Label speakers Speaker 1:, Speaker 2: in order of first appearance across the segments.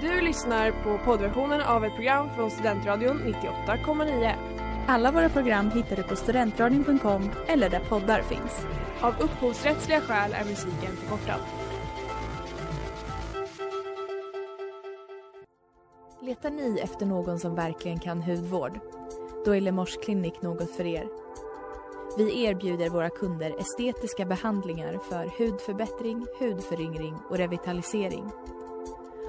Speaker 1: Du lyssnar på poddversionen av ett program från Studentradion 98,9.
Speaker 2: Alla våra program hittar du på studentradion.com eller där poddar finns.
Speaker 1: Av upphovsrättsliga skäl är musiken förkortad.
Speaker 2: Letar ni efter någon som verkligen kan hudvård? Då är Lemors Clinic något för er. Vi erbjuder våra kunder estetiska behandlingar för hudförbättring, hudföryngring och revitalisering.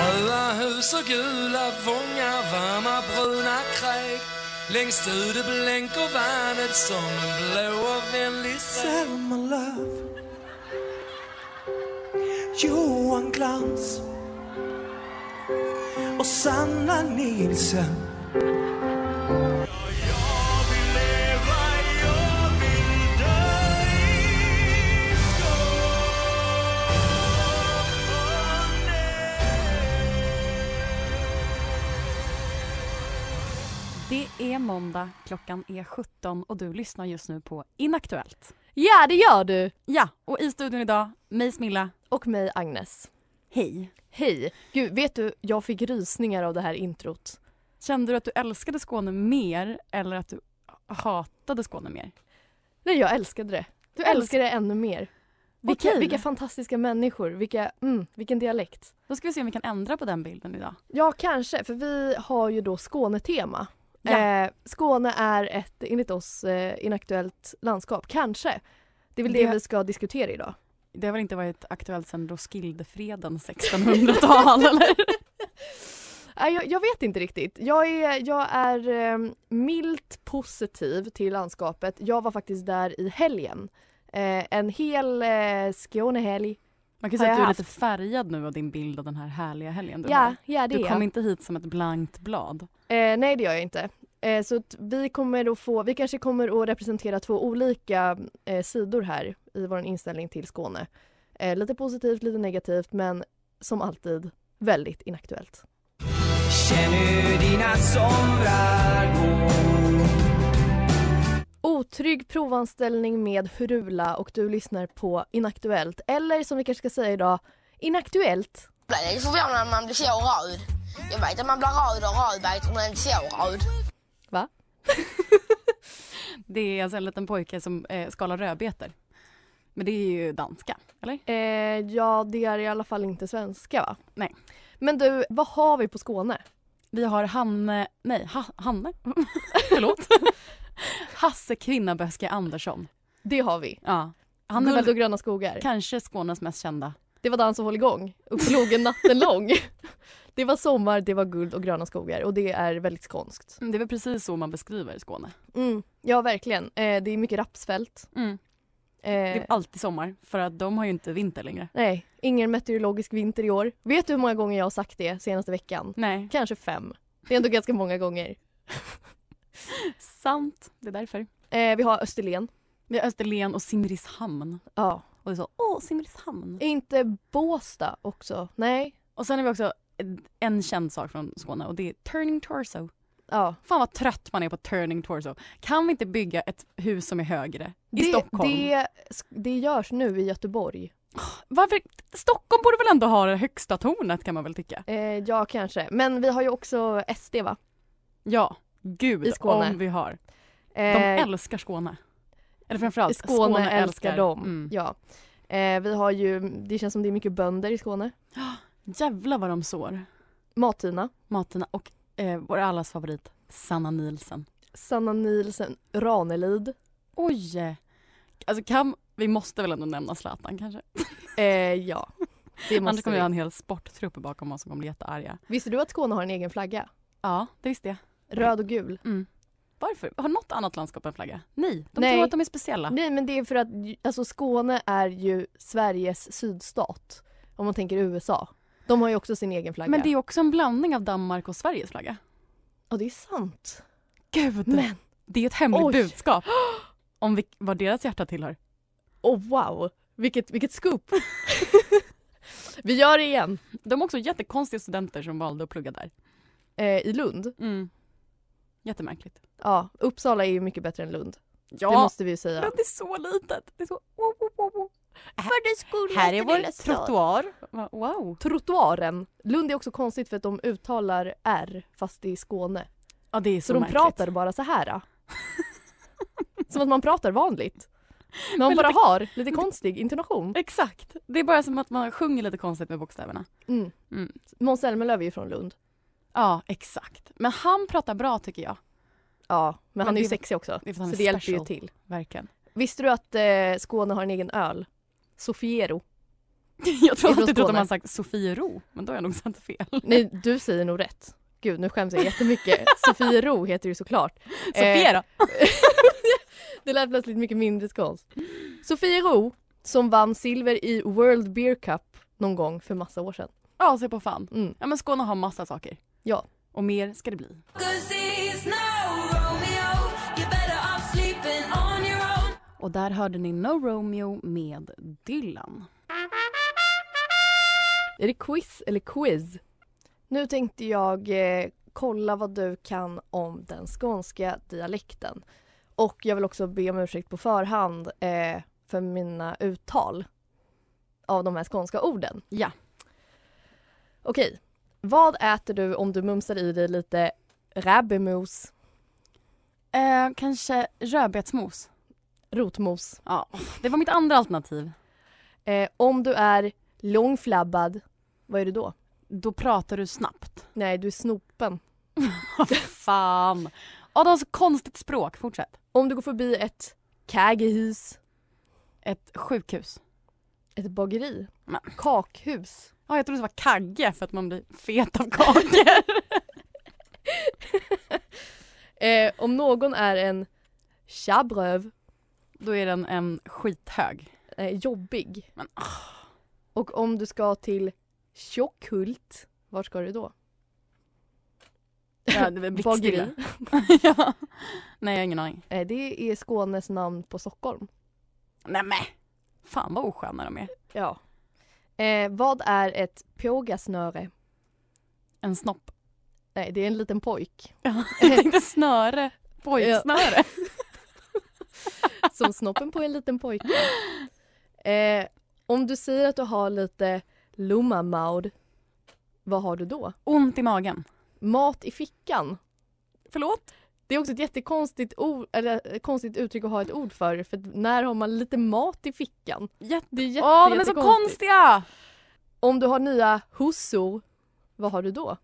Speaker 3: Röda hus och gula vångar, varma bruna kräk Längst ute blänker vattnet som en blå och vänlig säl
Speaker 4: Johan Glans och Sanna Nielsen.
Speaker 5: Det är måndag, klockan är 17 och du lyssnar just nu på Inaktuellt.
Speaker 6: Ja, det gör du!
Speaker 5: Ja, och i studion idag, mig Smilla.
Speaker 6: Och mig, Agnes.
Speaker 5: Hej.
Speaker 6: Hej! Gud, vet du, jag fick rysningar av det här introt.
Speaker 5: Kände du att du älskade Skåne mer eller att du hatade Skåne mer?
Speaker 6: Nej, jag älskade det. Du
Speaker 5: Älsk-
Speaker 6: älskar det ännu mer. Vilka,
Speaker 5: Okej.
Speaker 6: vilka fantastiska människor, vilka, mm, vilken dialekt.
Speaker 5: Då ska vi se om vi kan ändra på den bilden idag.
Speaker 6: Ja, kanske, för vi har ju då Skånetema.
Speaker 5: Ja.
Speaker 6: Eh, Skåne är ett, enligt oss, eh, inaktuellt landskap. Kanske. Det är väl det
Speaker 5: Det-
Speaker 6: vi ska diskutera idag.
Speaker 5: Det har väl inte varit aktuellt sedan Roskildefreden 1600-tal eller?
Speaker 6: Nej, Jag, jag vet inte riktigt. Jag är, jag är eh, milt positiv till landskapet. Jag var faktiskt där i helgen. Eh, en hel eh, Skånehelg.
Speaker 5: Man kan
Speaker 6: Har
Speaker 5: säga att
Speaker 6: jag
Speaker 5: du är lite färgad nu av din bild av den här härliga helgen du
Speaker 6: Ja,
Speaker 5: har.
Speaker 6: ja det
Speaker 5: Du
Speaker 6: är jag.
Speaker 5: kom inte hit som ett blankt blad.
Speaker 6: Eh, nej, det gör jag inte. Eh, så att vi kommer att få, vi kanske kommer att representera två olika eh, sidor här i vår inställning till Skåne. Eh, lite positivt, lite negativt, men som alltid väldigt inaktuellt.
Speaker 4: Känn hur dina somrar går.
Speaker 6: Otrygg provanställning med Hurula och du lyssnar på Inaktuellt. Eller som vi kanske ska säga idag, Inaktuellt.
Speaker 7: Jag blir förvånad när man blir så röd. Jag vet att man blir röd och röd, vet, men inte så röd.
Speaker 5: Det är alltså en liten pojke som eh, skalar rödbetor. Men det är ju danska, eller?
Speaker 6: Eh, ja, det är i alla fall inte svenska va?
Speaker 5: Nej.
Speaker 6: Men du, vad har vi på Skåne?
Speaker 5: Vi har Hanne, nej ha, Hanne, förlåt. Hasse Kvinnaböske Andersson.
Speaker 6: Det har vi.
Speaker 5: Ja. Han
Speaker 6: Han
Speaker 5: är
Speaker 6: Guld
Speaker 5: väl
Speaker 6: och gröna skogar.
Speaker 5: kanske Skånes mest kända.
Speaker 6: Det var dans och håll-igång. Upp logen natten lång. det var sommar, det var guld och gröna skogar och det är väldigt skånskt.
Speaker 5: Mm, Det är väl precis så man beskriver Skåne.
Speaker 6: Mm, ja, verkligen. Eh, det är mycket rapsfält.
Speaker 5: Mm. Det
Speaker 6: Eh,
Speaker 5: är alltid sommar för att de har ju inte vinter längre.
Speaker 6: Nej, ingen meteorologisk vinter i år. Vet du hur många gånger jag har sagt det senaste veckan?
Speaker 5: Nej,
Speaker 6: Kanske fem. Det är ändå ganska många gånger.
Speaker 5: sant. Det är därför.
Speaker 6: Eh, vi har Österlen.
Speaker 5: Vi har Österlen och Simrishamn.
Speaker 6: Ja.
Speaker 5: Och det är så, åh Simrishamn.
Speaker 6: Är inte Båstad också? Nej.
Speaker 5: Och sen har vi också en känd sak från Skåne och det är turning torso.
Speaker 6: Ja.
Speaker 5: Fan vad trött man är på turning torso. Kan vi inte bygga ett hus som är högre? I
Speaker 6: det,
Speaker 5: Stockholm.
Speaker 6: Det, det görs nu i Göteborg.
Speaker 5: Varför? Stockholm borde väl ändå ha det högsta tornet kan man väl tycka?
Speaker 6: Eh, ja, kanske. Men vi har ju också SD va?
Speaker 5: Ja, gud
Speaker 6: I Skåne.
Speaker 5: om vi har. De
Speaker 6: Eh,
Speaker 5: älskar Skåne. Eller framförallt,
Speaker 6: Skåne, älskar dem.
Speaker 5: Mm.
Speaker 6: Ja. Eh, vi har ju, det känns som det är mycket bönder i Skåne.
Speaker 5: Jävlar vad de sår.
Speaker 6: Matina,
Speaker 5: Materna och eh, vår allas favorit, Sanna Nielsen.
Speaker 6: Sanna Nielsen, Ranelid.
Speaker 5: Oj! eh, Alltså kan, vi måste väl ändå nämna Zlatan kanske?
Speaker 6: Eh, ja, det
Speaker 5: Annars
Speaker 6: måste
Speaker 5: kommer vi ha
Speaker 6: vi.
Speaker 5: en hel sporttrupp bakom oss som kommer bli jättearga.
Speaker 6: Visste du att Skåne har en egen flagga?
Speaker 5: Ja, det visste jag.
Speaker 6: Röd och gul.
Speaker 5: Mm. Varför? Har något annat landskap en flagga? Nej, de
Speaker 6: Nej.
Speaker 5: tror att de är speciella.
Speaker 6: Nej men det är för att ju- alltså, Skåne är ju Sveriges sydstat. Om man tänker USA. De har ju också sin egen flagga.
Speaker 5: Men det är också en blandning av Danmark och Sveriges flagga.
Speaker 6: Ja det är sant.
Speaker 5: Gud!
Speaker 6: Men
Speaker 5: Det är ett hemligt
Speaker 6: Oj.
Speaker 5: budskap. Om vi, vad deras hjärta tillhör.
Speaker 6: oh wow. Vilket, vilket scoop. Vi gör det igen.
Speaker 5: De är också jättekonstiga studenter som valde att plugga där.
Speaker 6: Eh, I Lund.
Speaker 5: Mm. Jättemärkligt.
Speaker 6: Ja, Uppsala är ju mycket bättre än Lund.
Speaker 5: Ja,
Speaker 6: Det måste vi ju säga.
Speaker 5: men det är så litet. Det är så...
Speaker 7: Här
Speaker 5: Här är vår trottoar. Va- Wow.
Speaker 6: Trottoaren. Lund är också konstigt för att de uttalar R fast det är Skåne.
Speaker 5: Ja, det är
Speaker 6: Så,
Speaker 5: så,
Speaker 6: de
Speaker 5: märkligt.
Speaker 6: pratar bara så här. ah. som att man pratar vanligt. Men man
Speaker 5: Men
Speaker 6: bara
Speaker 5: lite-
Speaker 6: har lite, konstig intonation.
Speaker 5: Exakt. Det är bara som att man sjunger lite konstigt med bokstäverna.
Speaker 6: Mm.
Speaker 5: Mm.
Speaker 6: Måns Zelmerlöw är ju från Lund.
Speaker 5: Ja, exakt. Men han pratar bra tycker jag.
Speaker 6: Ja, men, han är ju
Speaker 5: det-
Speaker 6: sexig också.
Speaker 5: det är för att
Speaker 6: så
Speaker 5: han
Speaker 6: det
Speaker 5: är
Speaker 6: hjälper ju
Speaker 5: special.
Speaker 6: till.
Speaker 5: Verkligen.
Speaker 6: Visste du att eh, Skåne har en egen öl? Sofiero.
Speaker 5: Jag tror
Speaker 6: Ifrån
Speaker 5: alltid trodde
Speaker 6: Skåne.
Speaker 5: man sagt Sofiero, men då har jag nog sagt fel.
Speaker 6: Nej, du säger nog rätt. Gud, nu skäms jag jättemycket. Sofiero heter det ju såklart.
Speaker 5: Sofiero.
Speaker 6: Det lät plötsligt mycket mindre skånskt. Sofiero, som vann silver i World Beer Cup någon gång för massa år sedan.
Speaker 5: Ja, se på fan.
Speaker 6: Mm.
Speaker 5: Ja, men Skåne har massa saker.
Speaker 6: Ja.
Speaker 5: Och mer ska det bli. Och där hörde ni No Romeo med Dylan.
Speaker 6: Är det quiz eller quiz? Nu tänkte jag eh, kolla vad du kan om den skånska dialekten. Och jag vill också be om ursäkt på förhand eh, för mina uttal av de här skånska orden.
Speaker 5: Ja.
Speaker 6: Okej. Vad äter du om du mumsar i dig lite rabbemos,
Speaker 5: Eh, kanske rödbetsmos.
Speaker 6: rotmos?
Speaker 5: Ja, det var mitt andra alternativ.
Speaker 6: Eh, om du är långflabbad, vad är du då?
Speaker 5: Då pratar du snabbt.
Speaker 6: Nej, du är snopen.
Speaker 5: fan. Ja, de har så konstigt språk. Fortsätt.
Speaker 6: Om du går förbi ett kägehus,
Speaker 5: Ett sjukhus.
Speaker 6: ett bageri,
Speaker 5: Men-
Speaker 6: kakhus.
Speaker 5: Ja, jag trodde det var kagge för att man blir fet av kakor.
Speaker 6: Eh, om någon är en tjabröv,
Speaker 5: Då är den en skithög.
Speaker 6: eh, jobbig.
Speaker 5: Men, ah,
Speaker 6: Och om du ska till Tjockhult, vart ska du då?
Speaker 5: Ja, det var
Speaker 6: Bageri.
Speaker 5: blickstilla. ja. Nej, jag har ingen aning.
Speaker 6: Eh, det är Skånes namn på Stockholm.
Speaker 5: Nej, men. Fan vad osköna de är.
Speaker 6: Ja. Eh, vad är ett pågasnöre?
Speaker 5: En snopp.
Speaker 6: Nej, det är en liten pojk
Speaker 5: Jag tänkte snöre. Pojksnöre.
Speaker 6: som snoppen på en liten pojke. Eh, om du säger att du har lite lumamaud, vad har du då?
Speaker 5: Ont i magen.
Speaker 6: Mat i fickan.
Speaker 5: Förlåt?
Speaker 6: Det är också ett jättekonstigt ord, eller, eh, konstigt uttryck att ha ett ord för, för att när har man lite mat i fickan?
Speaker 5: Jätte... alltså
Speaker 6: Det är jätte,
Speaker 5: Åh, de är så
Speaker 6: jättekonstigt.
Speaker 5: konstiga!
Speaker 6: Om du har nya hussor, vad har du då?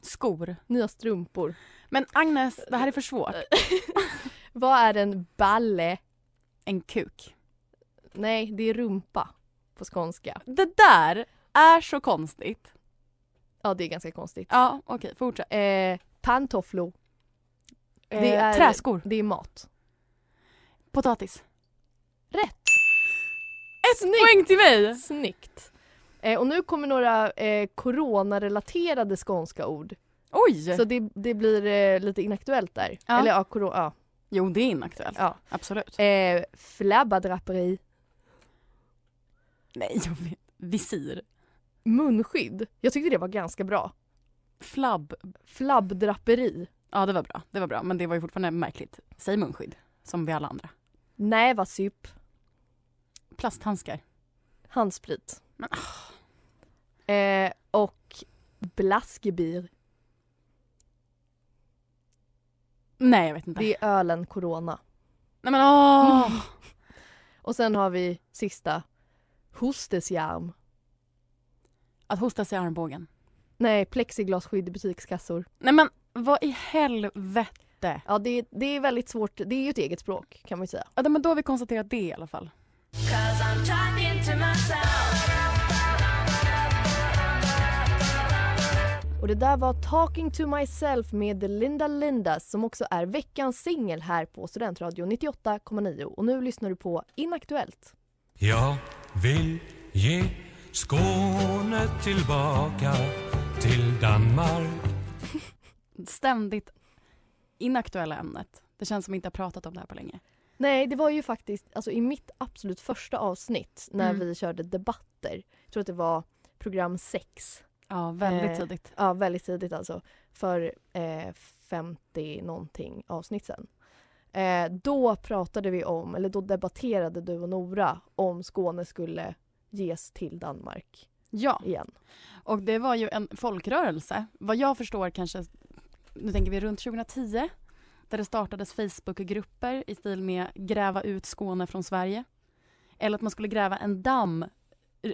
Speaker 5: Skor.
Speaker 6: Nya strumpor.
Speaker 5: Men Agnes, det här är för svårt.
Speaker 6: Vad är en balle?
Speaker 5: En kuk.
Speaker 6: Nej, det är rumpa på skånska.
Speaker 5: Det där är så konstigt.
Speaker 6: Ja, det är ganska konstigt.
Speaker 5: Ja, okej, fortsätt.
Speaker 6: Eh, pantofflor,
Speaker 5: Det är... Träskor.
Speaker 6: det är mat.
Speaker 5: Potatis.
Speaker 6: Rätt!
Speaker 5: Ett poäng till mig!
Speaker 6: Snyggt! Eh, och nu kommer några eh, coronarelaterade skånska ord.
Speaker 5: Oj!
Speaker 6: Så det, det blir eh, lite inaktuellt där.
Speaker 5: Ja.
Speaker 6: Eller ja, corona, ja.
Speaker 5: Jo, det är inaktuellt.
Speaker 6: Ja.
Speaker 5: Absolut.
Speaker 6: Eh, flabbadraperi.
Speaker 5: Nej, jag vet. Visir.
Speaker 6: Munskydd. Jag tyckte det var ganska bra.
Speaker 5: Flabb.
Speaker 6: Flabbdraperi.
Speaker 5: Ja, det var bra. Det var bra, men det var ju fortfarande märkligt. Säg munskydd, som vi alla andra.
Speaker 6: Nävasyp.
Speaker 5: Plasthandskar.
Speaker 6: Handsprit.
Speaker 5: Men, ah.
Speaker 6: Eh, och blaskebir.
Speaker 5: Nej, jag vet inte.
Speaker 6: Det är ölen corona.
Speaker 5: Nej men åh!
Speaker 6: Och sen har vi sista. Hostesjarm.
Speaker 5: Att hosta sig i armbågen.
Speaker 6: Nej, plexiglasskydd i butikskassor.
Speaker 5: Nej men vad i helvete?
Speaker 6: Ja, det, det är väldigt svårt. Det är ju ett eget språk kan man ju säga.
Speaker 5: Ja, men då har vi konstaterat det i alla fall.
Speaker 6: Och det där var Talking to myself med Linda Linda som också är veckans singel här på Studentradio 98,9 och nu lyssnar du på Inaktuellt.
Speaker 3: Jag vill ge Skåne tillbaka till Danmark
Speaker 5: Ständigt inaktuella ämnet. Det känns som vi inte har pratat om det här på länge.
Speaker 6: Nej, det var ju faktiskt alltså, i mitt absolut första avsnitt när
Speaker 5: Mm.
Speaker 6: vi körde debatter. Jag tror att det var program 6.
Speaker 5: Ja, väldigt
Speaker 6: Eh,
Speaker 5: tidigt.
Speaker 6: Ja, väldigt tidigt alltså. För eh, 50 någonting avsnitt sen. Eh, då pratade vi om, eller då debatterade du och Nora om Skåne skulle ges till Danmark
Speaker 5: Ja,
Speaker 6: igen.
Speaker 5: och det var ju en folkrörelse. Vad jag förstår kanske, nu tänker vi runt 2010, där det startades Facebookgrupper i stil med gräva ut Skåne från Sverige. Eller att man skulle gräva en damm,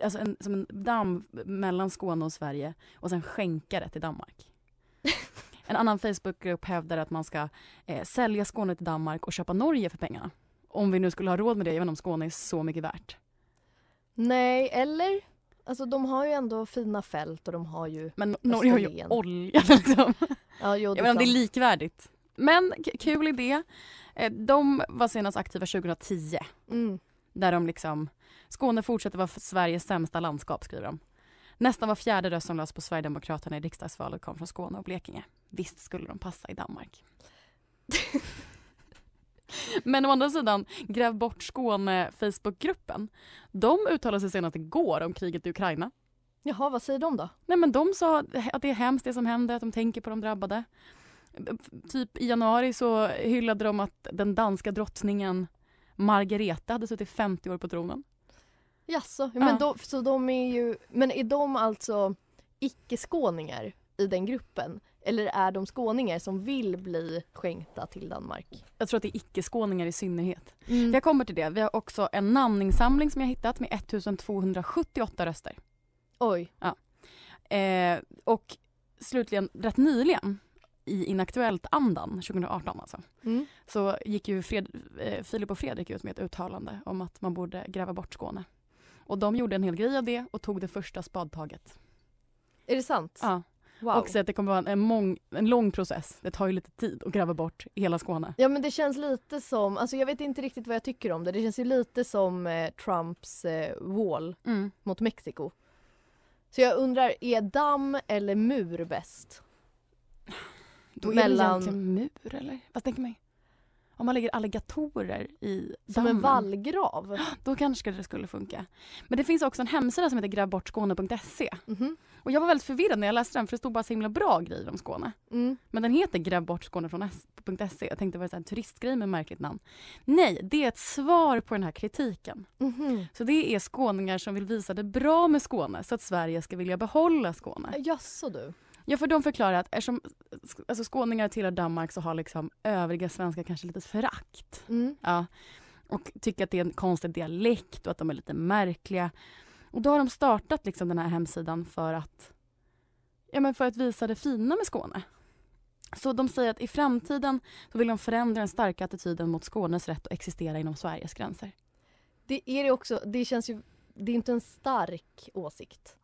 Speaker 5: alltså en, som en damm mellan Skåne och Sverige och sen skänka det till Danmark. En annan Facebookgrupp hävdar att man ska eh, sälja Skåne till Danmark och köpa Norge för pengarna. Om vi nu skulle ha råd med det, jag vet inte om Skåne är så mycket värt.
Speaker 6: Nej, eller? Alltså de har ju ändå fina fält och de har ju...
Speaker 5: Men Norge har ju
Speaker 6: Österlen.
Speaker 5: olja liksom.
Speaker 6: Ja, jo,
Speaker 5: Jag vet inte om det
Speaker 6: sant.
Speaker 5: är likvärdigt. Men k- kul idé. Eh, De var senast aktiva 2010
Speaker 6: mm.
Speaker 5: där de liksom Skåne fortsätter vara Sveriges sämsta landskap skriver de. Nästan var fjärde röst som lades på Sverigedemokraterna i riksdagsvalet kom från Skåne och Blekinge. Visst skulle de passa i Danmark. Men å andra sidan, Gräv bort Skåne Facebookgruppen. De uttalade sig senast igår om kriget i Ukraina.
Speaker 6: Jaha, vad säger de då?
Speaker 5: Nej men de sa att det är hemskt det som händer, att de tänker på de drabbade. Typ i januari så hyllade de att den danska drottningen Margareta hade suttit 50 år på tronen.
Speaker 6: Jaså, ja. men
Speaker 5: Ja.
Speaker 6: de, så de är ju, men är de alltså icke-skåningar i den gruppen? Eller är de skåningar som vill bli skänkta till Danmark?
Speaker 5: Jag tror att det är icke-skåningar i synnerhet.
Speaker 6: Mm.
Speaker 5: Jag kommer till det. Vi har också en namninsamling som jag hittat med 1278 röster.
Speaker 6: Oj,
Speaker 5: Eh, och slutligen, rätt nyligen, i Inaktuellt-andan, 2018 alltså,
Speaker 6: Mm.
Speaker 5: så gick ju Fred, eh, Filip och Fredrik ut med ett uttalande om att man borde gräva bort Skåne. Och de gjorde en hel grej av det och tog det första spadtaget.
Speaker 6: är det sant?
Speaker 5: Ja.
Speaker 6: Wow.
Speaker 5: Och så att det kommer vara en, mång, en lång process. Det tar ju lite tid att gräva bort hela Skåne.
Speaker 6: Ja men det känns lite som, alltså jag vet inte riktigt vad jag tycker om det, det känns ju lite som eh, Trumps eh, wall mot Mexiko. Så jag undrar, är damm eller mur bäst?
Speaker 5: Då är
Speaker 6: Mellan-
Speaker 5: det egentligen mur eller? Vad tänker man? Om man lägger alligatorer i
Speaker 6: Som
Speaker 5: dammen.
Speaker 6: en vallgrav?
Speaker 5: Då kanske det skulle funka. Men det finns också en hemsida som heter grävbortskåne.se.
Speaker 6: Mhm.
Speaker 5: Och jag var väldigt förvirrad när jag läste den för det stod bara så himla bra grejer om Skåne.
Speaker 6: Mm.
Speaker 5: Men den heter grävbortskåne.se. E. Jag tänkte det var det så här en turistgrej med märkligt namn. Nej, det är ett svar på den här kritiken.
Speaker 6: Mhm.
Speaker 5: Så det är skåningar som vill visa det bra med Skåne så att Sverige ska vilja behålla Skåne.
Speaker 6: Jaså du?
Speaker 5: Ja, för de förklarar att eftersom sk- alltså, skåningar tillhör Danmark så har liksom övriga svenskar kanske lite förakt.
Speaker 6: Mm.
Speaker 5: Ja. Och tycker att det är en konstig dialekt och att de är lite märkliga. Och då har de startat liksom den här hemsidan för att, ja, men för att visa det fina med Skåne. Så de säger att i framtiden så vill de förändra den starka attityden mot Skånes rätt att existera inom Sveriges gränser.
Speaker 6: Det är det också, det känns ju, det är inte en stark åsikt.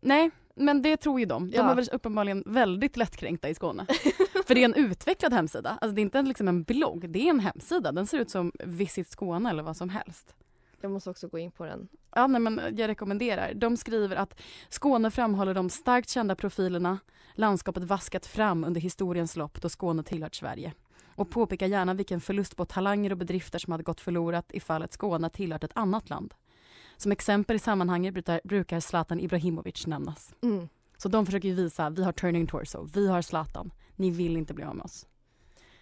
Speaker 5: Nej, men det tror ju de. De
Speaker 6: Ja.
Speaker 5: är väl uppenbarligen väldigt lättkränkta i Skåne. För det är en utvecklad hemsida. Alltså det är inte en, liksom en blogg, det är en hemsida. Den ser ut som Visit Skåne eller vad som helst.
Speaker 6: Jag måste också gå in på den.
Speaker 5: Ja, nej, men jag rekommenderar. De skriver att Skåne framhåller de starkt kända profilerna landskapet vaskat fram under historiens lopp då Skåne tillhört Sverige och påpekar gärna vilken förlust på talanger och bedrifter som hade gått förlorat ifall ett Skåne tillhört ett annat land. Som exempel i sammanhanget brutar- brukar Zlatan Ibrahimovic nämnas.
Speaker 6: Mm.
Speaker 5: Så de försöker ju visa, vi har Turning Torso, vi har Zlatan, ni vill inte bli av med oss.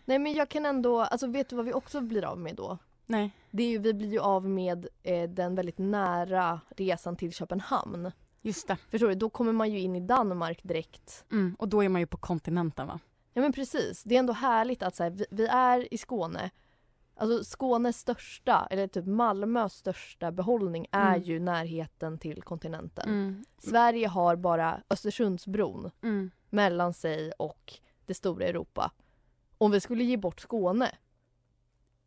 Speaker 6: Nej men jag kan ändå, alltså vet du vad vi också blir av med då?
Speaker 5: Nej.
Speaker 6: Det är ju, vi blir ju av med eh, den väldigt nära resan till Köpenhamn.
Speaker 5: Just det.
Speaker 6: Förstår du? Då kommer man ju in i Danmark direkt.
Speaker 5: Mm. Och då är man ju på kontinenten va?
Speaker 6: Ja men precis, det är ändå härligt att så här, vi, vi är i Skåne. Alltså Skånes största, eller typ Malmös största behållning är
Speaker 5: Mm.
Speaker 6: ju närheten till kontinenten.
Speaker 5: Mm.
Speaker 6: Sverige har bara Östersundsbron mellan sig och det stora Europa. Om vi skulle ge bort Skåne,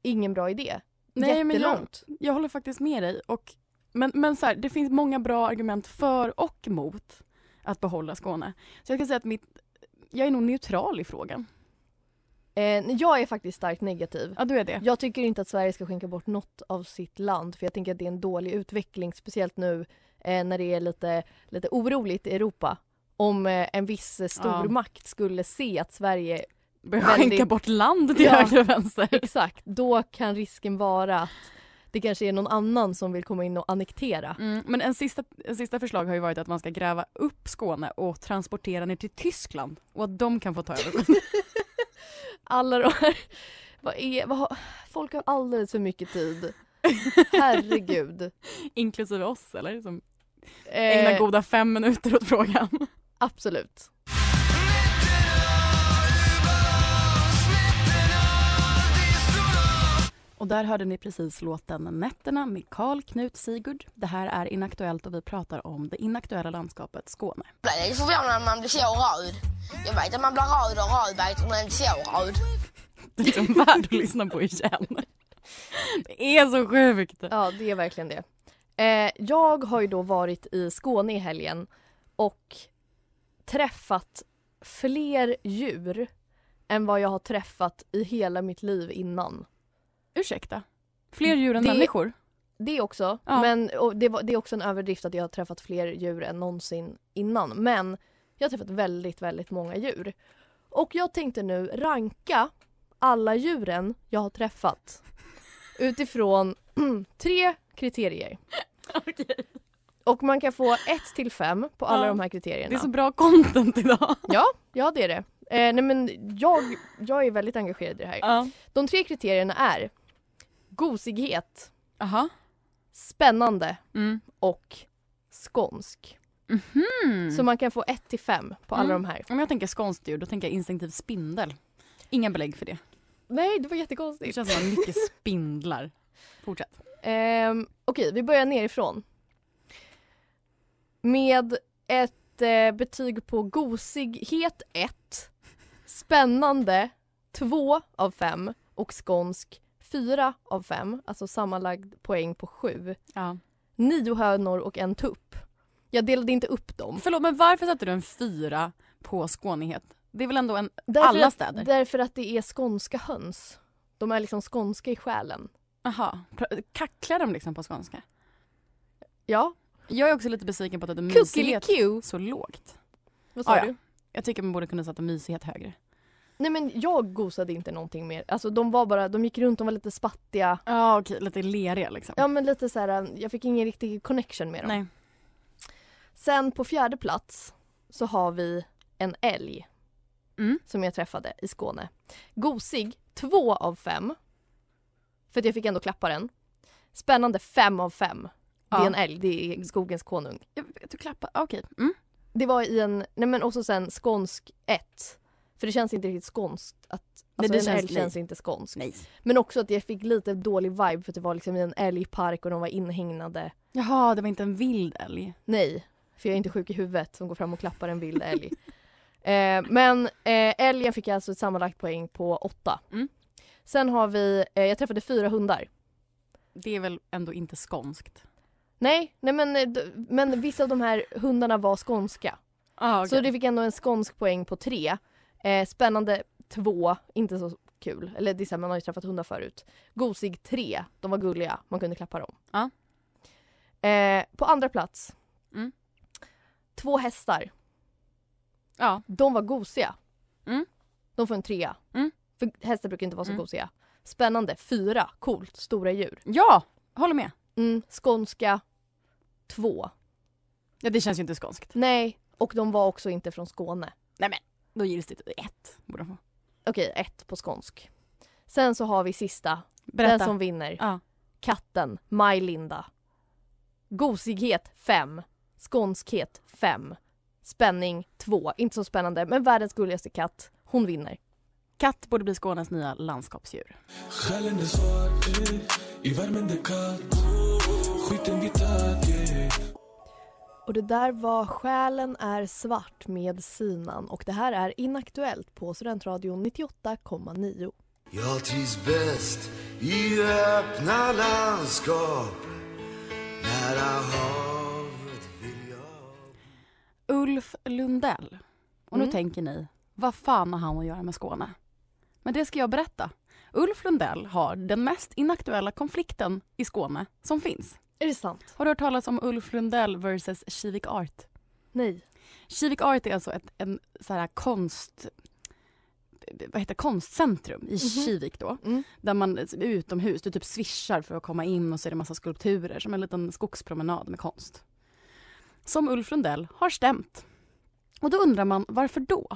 Speaker 6: ingen bra idé.
Speaker 5: Nej, men jag-
Speaker 6: Jättelångt.
Speaker 5: Jag håller faktiskt med dig. Och, men men så här, det finns många bra argument för och mot. att behålla Skåne. Så jag kan säga att mitt, jag är nog neutral i frågan.
Speaker 6: Eh, jag är faktiskt starkt negativ.
Speaker 5: Ja, du är det.
Speaker 6: Jag tycker inte att Sverige ska skänka bort något av sitt land för jag tänker att det är en dålig utveckling, speciellt nu eh, när det är lite, lite oroligt i Europa. Om eh, en viss eh, stormakt skulle se att Sverige,
Speaker 5: Börjar
Speaker 6: väldigt-
Speaker 5: skänka bort land till
Speaker 6: Ja.
Speaker 5: höger och vänster.
Speaker 6: exakt, då kan risken vara att det kanske är någon annan som vill komma in och annektera.
Speaker 5: Mm, men en sista, en sista förslag har ju varit att man ska gräva upp Skåne och transportera ner till Tyskland och att de kan få ta över.
Speaker 6: Alla de här, vad är, vad har, folk har alldeles för mycket tid. Herregud.
Speaker 5: Inklusive oss eller? Som
Speaker 6: Eh,
Speaker 5: ägnar goda fem minuter åt frågan.
Speaker 6: absolut.
Speaker 5: Och där hörde ni precis låten Nätterna med Karl Knut Sigurd. Det här är Inaktuellt och vi pratar om det inaktuella landskapet Skåne.
Speaker 7: Det förvånar när man blir så röd. Jag vet att man blir röd och röd vet man är så röd.
Speaker 5: Det är liksom värd att lyssna på igen. Det är så sjukt.
Speaker 6: Ja, det är verkligen det. Eh, jag har ju då varit i Skåne i helgen och träffat fler djur än vad jag har träffat i hela mitt liv innan.
Speaker 5: Ursäkta. Fler djur än
Speaker 6: Det-
Speaker 5: människor?
Speaker 6: Det också,
Speaker 5: Ja.
Speaker 6: men och det, var, det är också en överdrift att jag har träffat fler djur än någonsin innan. Men jag har träffat väldigt, väldigt många djur. Och jag tänkte nu ranka alla djuren jag har träffat utifrån tre kriterier. Och man kan få ett till fem på alla
Speaker 5: Ja,
Speaker 6: de här
Speaker 5: Det är
Speaker 6: kriterierna.
Speaker 5: så bra content idag.
Speaker 6: Ja, ja det är det. Eh, nej men jag, jag är väldigt engagerad i det här.
Speaker 5: Ja.
Speaker 6: De tre kriterierna är gosighet,
Speaker 5: Aha.
Speaker 6: spännande
Speaker 5: Mm.
Speaker 6: och skånsk.
Speaker 5: Mhm.
Speaker 6: Så man kan få ett till fem på alla
Speaker 5: Mm.
Speaker 6: de här.
Speaker 5: Om jag tänker skånskt djur, då tänker jag instinktiv spindel. Inga belägg för det.
Speaker 6: Nej, det var
Speaker 5: Det
Speaker 6: jättekonstigt.
Speaker 5: känns som att mycket spindlar. Fortsätt.
Speaker 6: Ehm, Okej, vi börjar nerifrån. Med ett eh, betyg på gosighet 1, spännande 2 av 5 och skånsk 4 av 5, alltså sammanlagd poäng på 7.
Speaker 5: Ja.
Speaker 6: Nio hönor och en tupp. Jag delade inte upp dem.
Speaker 5: Förlåt, men varför satte du en fyra på skånighet? Det är väl ändå en...
Speaker 6: Därför
Speaker 5: Alla
Speaker 6: att,
Speaker 5: städer?
Speaker 6: Därför att det är skånska höns. De är liksom skånska i själen.
Speaker 5: Aha. Pra- Kacklar de liksom på skånska?
Speaker 6: Ja,
Speaker 5: Jag är också lite besviken på att du mysighet
Speaker 6: kuckeliku.
Speaker 5: så lågt.
Speaker 6: Mm, Vad sa
Speaker 5: Ah, ja.
Speaker 6: du?
Speaker 5: Jag tycker man borde kunna sätta mysighet högre.
Speaker 6: Nej men jag gosade inte någonting mer. Alltså de var bara, de gick runt, de var lite spattiga.
Speaker 5: Ja, okej. Lite leriga liksom.
Speaker 6: Ja men lite så här, eh, jag fick ingen riktig connection med dem.
Speaker 5: Nej.
Speaker 6: Sen på fjärde plats så har vi en älg.
Speaker 5: Mm.
Speaker 6: Som jag träffade i Skåne. Gosig, två av fem. För att jag fick ändå klappa den. Spännande, fem av fem. Det
Speaker 5: Ja.
Speaker 6: är en älg, det är skogens konung.
Speaker 5: Jag vet, Du klappar... ah, Okej. Mm.
Speaker 6: Det var i en, nej men också sen skånsk ett. För det känns inte riktigt skånskt att, alltså
Speaker 5: det
Speaker 6: en
Speaker 5: känns-
Speaker 6: älg känns inte skånsk.
Speaker 5: Nej.
Speaker 6: Men också att jag fick lite dålig vibe för att det var liksom i en älgpark och de var inhägnade.
Speaker 5: Jaha, det var inte en vild älg.
Speaker 6: Nej, för jag är inte sjuk i huvudet som går fram och klappar en vild älg. eh, men eh, älgen fick alltså ett sammanlagt poäng på åtta.
Speaker 5: Mm.
Speaker 6: Sen har vi, eh, jag träffade fyra hundar.
Speaker 5: Det är väl ändå inte skånskt?
Speaker 6: Nej, nej men, eh, d- men vissa av de här hundarna var skånska.
Speaker 5: Ah,
Speaker 6: Så det fick ändå en skånsk poäng på tre. Eh, spännande två, inte så kul. Eller det är så här, man har ju träffat hundar förut. Gosig tre, de var gulliga, man kunde klappa dem.
Speaker 5: Ja.
Speaker 6: Eh, på andra plats.
Speaker 5: Mm.
Speaker 6: Två hästar,
Speaker 5: Ja.
Speaker 6: de var gosiga.
Speaker 5: Mm.
Speaker 6: De får en trea.
Speaker 5: Mm.
Speaker 6: För hästar brukar inte vara så
Speaker 5: Mm.
Speaker 6: gosiga. Spännande, fyra, coolt, stora djur.
Speaker 5: ja, håller med.
Speaker 6: Mm, skånska, två.
Speaker 5: Ja, det känns ju inte skånskt.
Speaker 6: Nej, och de var också inte från Skåne.
Speaker 5: Då ger det ett. Borde de få.
Speaker 6: Okej, ett på skånsk. Sen så har vi sista,
Speaker 5: Berätta.
Speaker 6: den som vinner.
Speaker 5: Ja.
Speaker 6: Katten, Maj-Linda. Gosighet 5. Skånskhet 5. Spänning 2. Inte så spännande, men världens gulligaste katt. Hon vinner.
Speaker 5: Katt borde bli Skånes nya landskapsdjur.
Speaker 3: Själen är svart, eh, i värmen det är kallt Skiten vi tagit, yeah.
Speaker 6: Och det där var Själen är svart med Sinan och det här är Inaktuellt på Studentradion 98,9.
Speaker 8: Jag trivs bäst i öppna landskap Nära havet vill jag
Speaker 5: Ulf Ulf Lundell. Och nu
Speaker 6: Mm.
Speaker 5: tänker ni, vad fan har han att göra med Skåne? Men det ska jag berätta. Ulf Lundell har den mest inaktuella konflikten i Skåne som finns.
Speaker 6: Är det sant?
Speaker 5: Har du hört talas om Ulf Lundell versus Kivik Art?
Speaker 6: Nej.
Speaker 5: Kivik Art är alltså ett en, så här, konst, vad heter, det? konstcentrum i Kivik då.
Speaker 6: Mm.
Speaker 5: Där man är utomhus, du typ swishar för att komma in och så är det massa skulpturer som en liten skogspromenad med konst. Som Ulf Lundell har stämt. Och då undrar man varför då?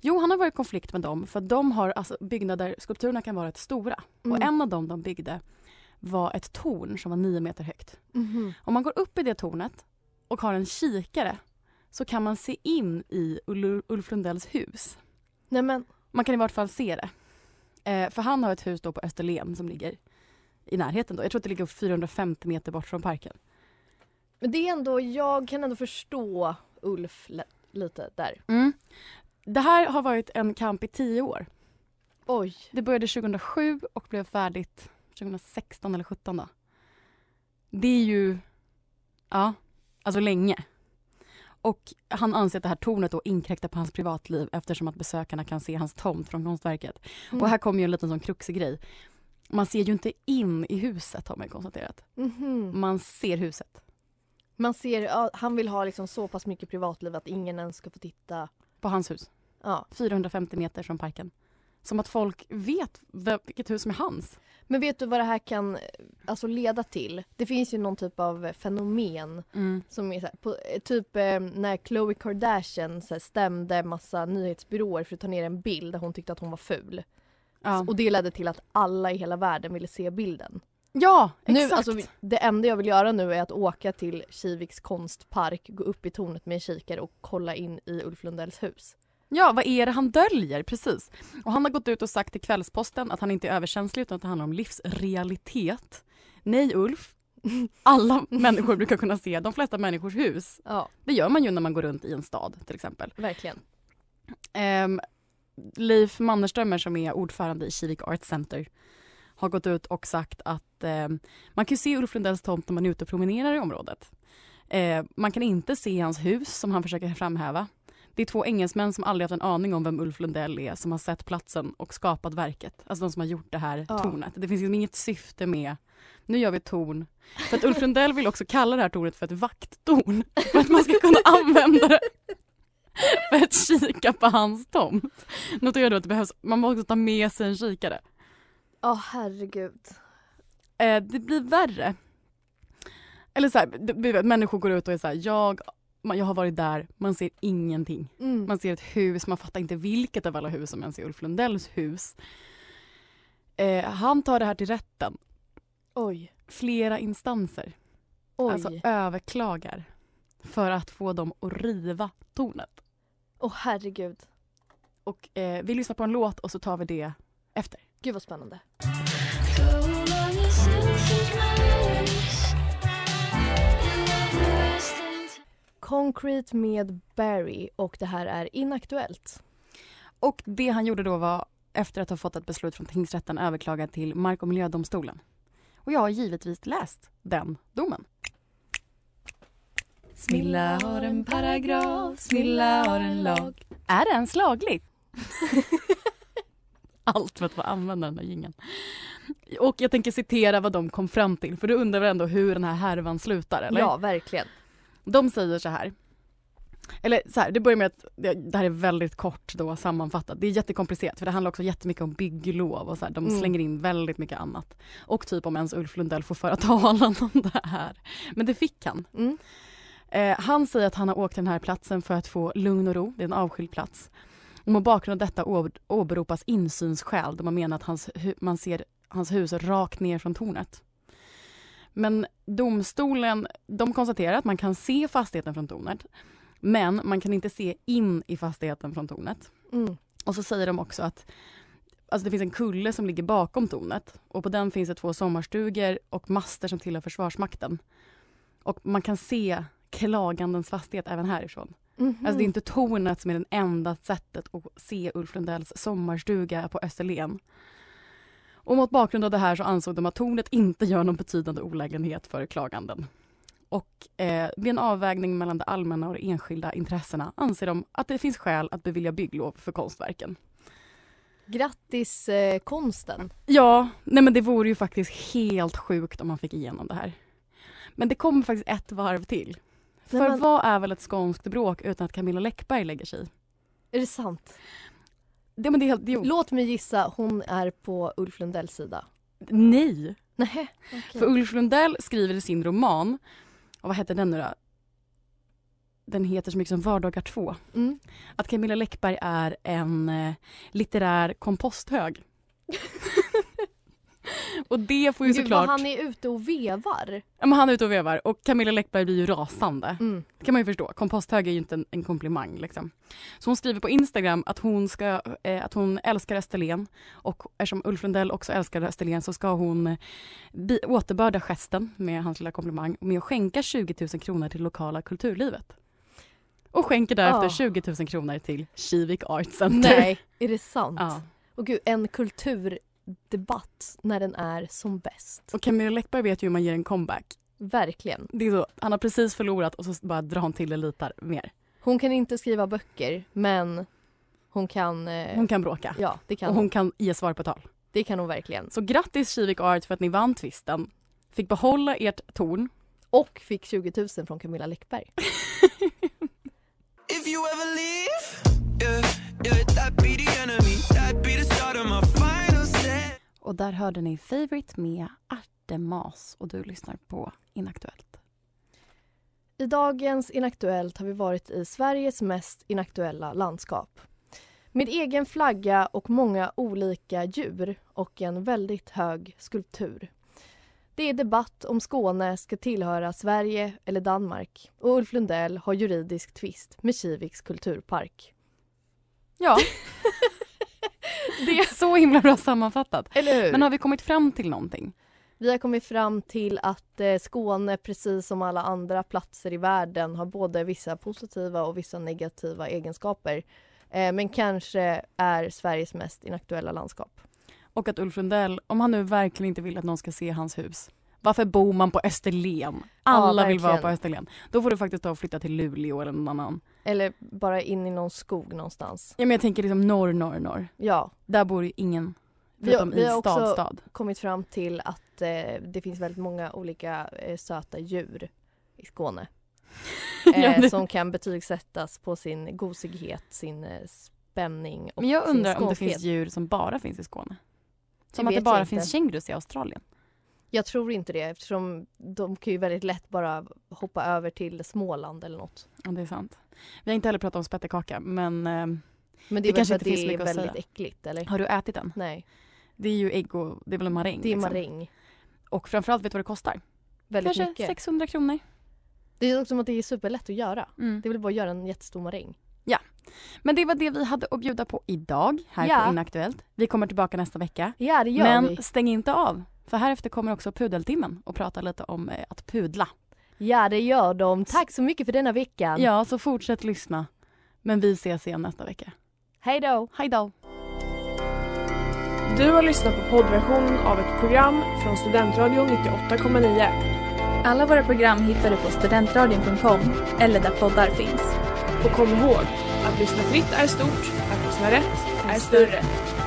Speaker 5: Jo, han har varit i konflikt med dem för att de har alltså, byggnader, skulpturerna kan vara rätt stora.
Speaker 6: Mm.
Speaker 5: Och en av dem de byggde var ett torn som var nio meter högt.
Speaker 6: Mhm.
Speaker 5: Om man går upp i det tornet och har en kikare så kan man se in i Ulu- Ulf Lundells hus.
Speaker 6: Nej men,
Speaker 5: Man kan i vart fall se det. Eh, för han har ett hus då på Österlen som ligger i närheten. Då. Jag tror att det ligger 450 meter bort från parken.
Speaker 6: men det är ändå, jag kan ändå förstå Ulf le- lite där.
Speaker 5: Det här har varit en kamp i tio år.
Speaker 6: Oj.
Speaker 5: Det började 2007 och blev färdigt 2016 eller 2017. Då. Det är ju, ja, alltså länge. Och han anser att det här tornet då inkräktar på hans privatliv eftersom att besökarna kan se hans tomt från konstverket.
Speaker 6: Mm.
Speaker 5: Och här kommer ju en liten sån kruxig grej. Man ser ju inte in i huset har man ju konstaterat.
Speaker 6: Mhm.
Speaker 5: Man ser huset
Speaker 6: Man ser, ja, han vill ha liksom så pass mycket privatliv att ingen ens ska få titta.
Speaker 5: på hans hus.
Speaker 6: Ja.
Speaker 5: 450 meter från parken. Som att folk vet vem- vilket hus som är hans.
Speaker 6: Men vet du vad det här kan eh, alltså, leda till? Det finns ju någon typ av fenomen som är så här, på, eh, typ eh, när Khloe Kardashian så här, stämde massa nyhetsbyråer för att ta ner en bild där hon tyckte att hon var ful.
Speaker 5: Ja.
Speaker 6: Och det ledde till att alla i hela världen ville se bilden.
Speaker 5: ja, exakt.
Speaker 6: Nu, alltså, det enda jag vill göra nu är att åka till Kiviks konstpark, gå upp i tornet med en kikare och kolla in i Ulf Lundells hus.
Speaker 5: Ja, vad är det han döljer? Precis. Och han har gått ut och sagt till Kvällsposten att han inte är överkänslig utan att det handlar om livsrealitet. Nej, Ulf. Alla människor brukar kunna se de flesta människors hus.
Speaker 6: Ja,
Speaker 5: Det gör man ju när man går runt i en stad till exempel.
Speaker 6: verkligen.
Speaker 5: Ehm, Leif Mannerströmer som är ordförande i Kivik Art Center har gått ut och sagt att ehm, man kan ju se Ulf Lundells tomt när man är ute och promenerar i området. Ehm, man kan inte se hans hus som han försöker framhäva. Det är två engelsmän som aldrig haft en aning om vem Ulf Lundell är som har sett platsen och skapat verket. Alltså de som har gjort det här
Speaker 6: Ja.
Speaker 5: tornet. Det finns liksom inget syfte med nu gör vi ett torn. För att Ulf Lundell vill också kalla det här tornet för ett vakttorn. För att man ska kunna använda det för att kika på hans tomt. Notera då att det behövs, man måste ta med sig en kikare.
Speaker 6: Ja, herregud.
Speaker 5: Eh, det blir värre. Eller så här, det blir, att människor går ut och är så här, jag, man, jag har varit där, man ser ingenting.
Speaker 6: Mm.
Speaker 5: Man ser ett hus, man fattar inte vilket av alla hus som ens är Ulf Lundells hus. Eh, han tar det här till rätten,
Speaker 6: Oj.
Speaker 5: flera instanser.
Speaker 6: Oj.
Speaker 5: Alltså överklagar för att få dem att riva tornet.
Speaker 6: Åh herregud.
Speaker 5: Och eh, vi lyssnar på en låt och så tar vi det efter.
Speaker 6: Gud vad spännande. Concrete med Barry och det här är inaktuellt.
Speaker 5: Och det han gjorde då var efter att ha fått ett beslut från tingsrätten överklagat till Mark och miljödomstolen. Och jag har givetvis läst den domen.
Speaker 2: Smilla har en paragraf, Smilla har en lag.
Speaker 5: Är det ens lagligt? Allt för att få använda den där jingeln. Och jag tänker citera vad de kom fram till, för du undrar väl ändå hur den här härvan slutar? Eller?
Speaker 6: Ja, verkligen.
Speaker 5: De säger så här. Eller så här, det börjar med att det det här är väldigt kort då sammanfattat. Det är jättekomplicerat för det handlar också jättemycket om bygglov och så här, de
Speaker 6: Mm.
Speaker 5: slänger in väldigt mycket annat. Och typ om ens Ulf Lundell får föra talan om det här. Men det fick han.
Speaker 6: Mm.
Speaker 5: Eh, han säger att han har åkt till den här platsen för att få lugn och ro, det är en avskild plats. Och mot bakgrund av detta å- åberopas insynsskäl där man menar att hans, hu- man ser hans hus rakt ner från tornet. Men domstolen de konstaterar att man kan se fastigheten från tornet men man kan inte se in i fastigheten från tornet.
Speaker 6: Mm.
Speaker 5: Och så säger de också att alltså det finns en kulle som ligger bakom tornet och på den finns det två sommarstugor och master som tillhör Försvarsmakten. Och man kan se klagandens fastighet även härifrån.
Speaker 6: Mhm.
Speaker 5: Alltså det är inte tornet som är det enda sättet att se Ulf Lundells sommarstuga på Österlen. Och mot bakgrund av det här så ansåg de att tornet inte gör någon betydande olägenhet för klaganden. och eh, vid en avvägning mellan det allmänna och de enskilda intressena anser de att det finns skäl att bevilja bygglov för konstverken.
Speaker 6: Grattis eh, konsten.
Speaker 5: Ja, nej men det vore ju faktiskt helt sjukt om man fick igenom det här. Men det kommer faktiskt ett varv till.
Speaker 6: Nej,
Speaker 5: För
Speaker 6: men-
Speaker 5: vad är väl ett skånskt bråk utan att Camilla Läckberg lägger sig i?
Speaker 6: Är det sant?
Speaker 5: Det, men det är helt, jo.
Speaker 6: Låt mig gissa, hon är på Ulf Lundells sida.
Speaker 5: Nej!
Speaker 6: Nej.
Speaker 5: För Ulf Lundell skriver i sin roman, och vad hette den nu då? Den heter så mycket som Vardagar 2.
Speaker 6: Mm.
Speaker 5: Att Camilla Läckberg är en eh, litterär komposthög. och det får ju
Speaker 6: Gud vad
Speaker 5: såklart...
Speaker 6: han är ute och vevar.
Speaker 5: Ja, men han är ute och vevar och Camilla Läckberg blir ju rasande.
Speaker 6: Mm.
Speaker 5: Det kan man ju förstå. Komposthög är ju inte en, en komplimang. Liksom. Så hon skriver på Instagram att hon, ska, eh, att hon älskar Österlen och eftersom Ulf Lundell också älskar Österlen så ska hon eh, bi- återbörda gesten med hans lilla komplimang med att skänka 20 000 kronor till lokala kulturlivet. Och skänker därefter
Speaker 6: Ah.
Speaker 5: 20 000 kronor till Kivik Arts Center.
Speaker 6: Nej, är det sant?
Speaker 5: Ja.
Speaker 6: Och gud, en kulturdebatt när den är som bäst.
Speaker 5: Och Camilla Läckberg vet ju hur man ger en comeback.
Speaker 6: Verkligen.
Speaker 5: Det är så, han har precis förlorat och så bara drar han till det lite mer.
Speaker 6: Hon kan inte skriva böcker, men hon kan... Eh,
Speaker 5: Hon kan bråka.
Speaker 6: Ja, det kan
Speaker 5: och
Speaker 6: hon.
Speaker 5: hon kan ge svar på tal.
Speaker 6: Det kan hon verkligen.
Speaker 5: Så grattis Kivik Art för att ni vann tvisten. Fick behålla ert torn.
Speaker 6: Och fick 20 000 från Camilla Läckberg.
Speaker 4: If you ever leave, yeah, yeah, that be the enemy. That be the start of my final set.
Speaker 5: Och där hörde ni Favorite med Artemas och du lyssnar på Inaktuellt.
Speaker 6: I dagens Inaktuellt har vi varit i Sveriges mest inaktuella landskap. Med egen flagga och många olika djur och en väldigt hög skulptur. Det är debatt om Skåne ska tillhöra Sverige eller Danmark och Ulf Lundell har juridisk tvist med Kiviks kulturpark.
Speaker 5: Ja. Det är så himla bra sammanfattat.
Speaker 6: Eller hur?
Speaker 5: Men har vi kommit fram till någonting?
Speaker 6: Vi har kommit fram till att eh, Skåne, precis som alla andra platser i världen, har både vissa positiva och vissa negativa egenskaper. Eh, men kanske är Sveriges mest inaktuella landskap.
Speaker 5: Och att Ulf Lundell, om han nu verkligen inte vill att någon ska se hans hus, varför bor man på Österlen? Alla vill vara
Speaker 6: verkligen.
Speaker 5: på Österlen. Då får du faktiskt ta och flytta till Luleå eller någon annan.
Speaker 6: Eller bara in i någon skog någonstans.
Speaker 5: Ja, men jag tänker liksom norr, norr, norr.
Speaker 6: Ja,
Speaker 5: Där bor ju ingen,
Speaker 6: Vi har-
Speaker 5: förutom
Speaker 6: vi
Speaker 5: i
Speaker 6: har också-
Speaker 5: stad, stad.
Speaker 6: kommit fram till att eh, det finns väldigt många olika eh, söta djur i Skåne. Eh,
Speaker 5: Ja, det-
Speaker 6: Som kan betygsättas på sin gosighet, sin eh, spänning och
Speaker 5: Men jag
Speaker 6: sin
Speaker 5: undrar om det
Speaker 6: skånskhet.
Speaker 5: finns djur som bara finns i Skåne? Som
Speaker 6: Det
Speaker 5: att det
Speaker 6: vet
Speaker 5: bara
Speaker 6: jag inte.
Speaker 5: finns kängurus i Australien?
Speaker 6: Jag tror inte det eftersom de kan ju väldigt lätt bara hoppa över till Småland eller något.
Speaker 5: Ja, det är sant. Vi har inte heller pratat om spettekaka, men ehm,
Speaker 6: Men
Speaker 5: Det
Speaker 6: det, är väl
Speaker 5: kanske
Speaker 6: för att
Speaker 5: inte finns
Speaker 6: det är
Speaker 5: mycket att
Speaker 6: väldigt
Speaker 5: säga.
Speaker 6: äckligt eller?
Speaker 5: har du ätit den?
Speaker 6: Nej,
Speaker 5: Det är ju ägg och det är väl maräng?
Speaker 6: det är
Speaker 5: liksom.
Speaker 6: maräng.
Speaker 5: Och framförallt, vet du vad det kostar?
Speaker 6: Väldigt
Speaker 5: Kanske
Speaker 6: mycket.
Speaker 5: 600 kronor.
Speaker 6: Det är också som att det är superlätt att göra.
Speaker 5: Mm.
Speaker 6: Det vill bara att göra en jättestor maräng.
Speaker 5: Men det var det vi hade att bjuda på idag här
Speaker 6: Ja.
Speaker 5: på Inaktuellt. Vi kommer tillbaka nästa vecka.
Speaker 6: Ja, det gör
Speaker 5: men
Speaker 6: vi.
Speaker 5: stäng inte av, för här efter kommer också pudeltimmen och prata lite om eh, att pudla.
Speaker 6: Ja, det gör de. Tack så mycket för denna veckan.
Speaker 5: Ja, så fortsätt lyssna. Men vi ses igen nästa vecka.
Speaker 6: Hej då!
Speaker 5: Hej då!
Speaker 1: Du har lyssnat på poddversionen av ett program från Studentradion 98,9.
Speaker 2: Alla våra program hittar du på studentradion.com eller där poddar finns.
Speaker 1: Och kom ihåg, att lyssna fritt är stort, att lyssna rätt är större.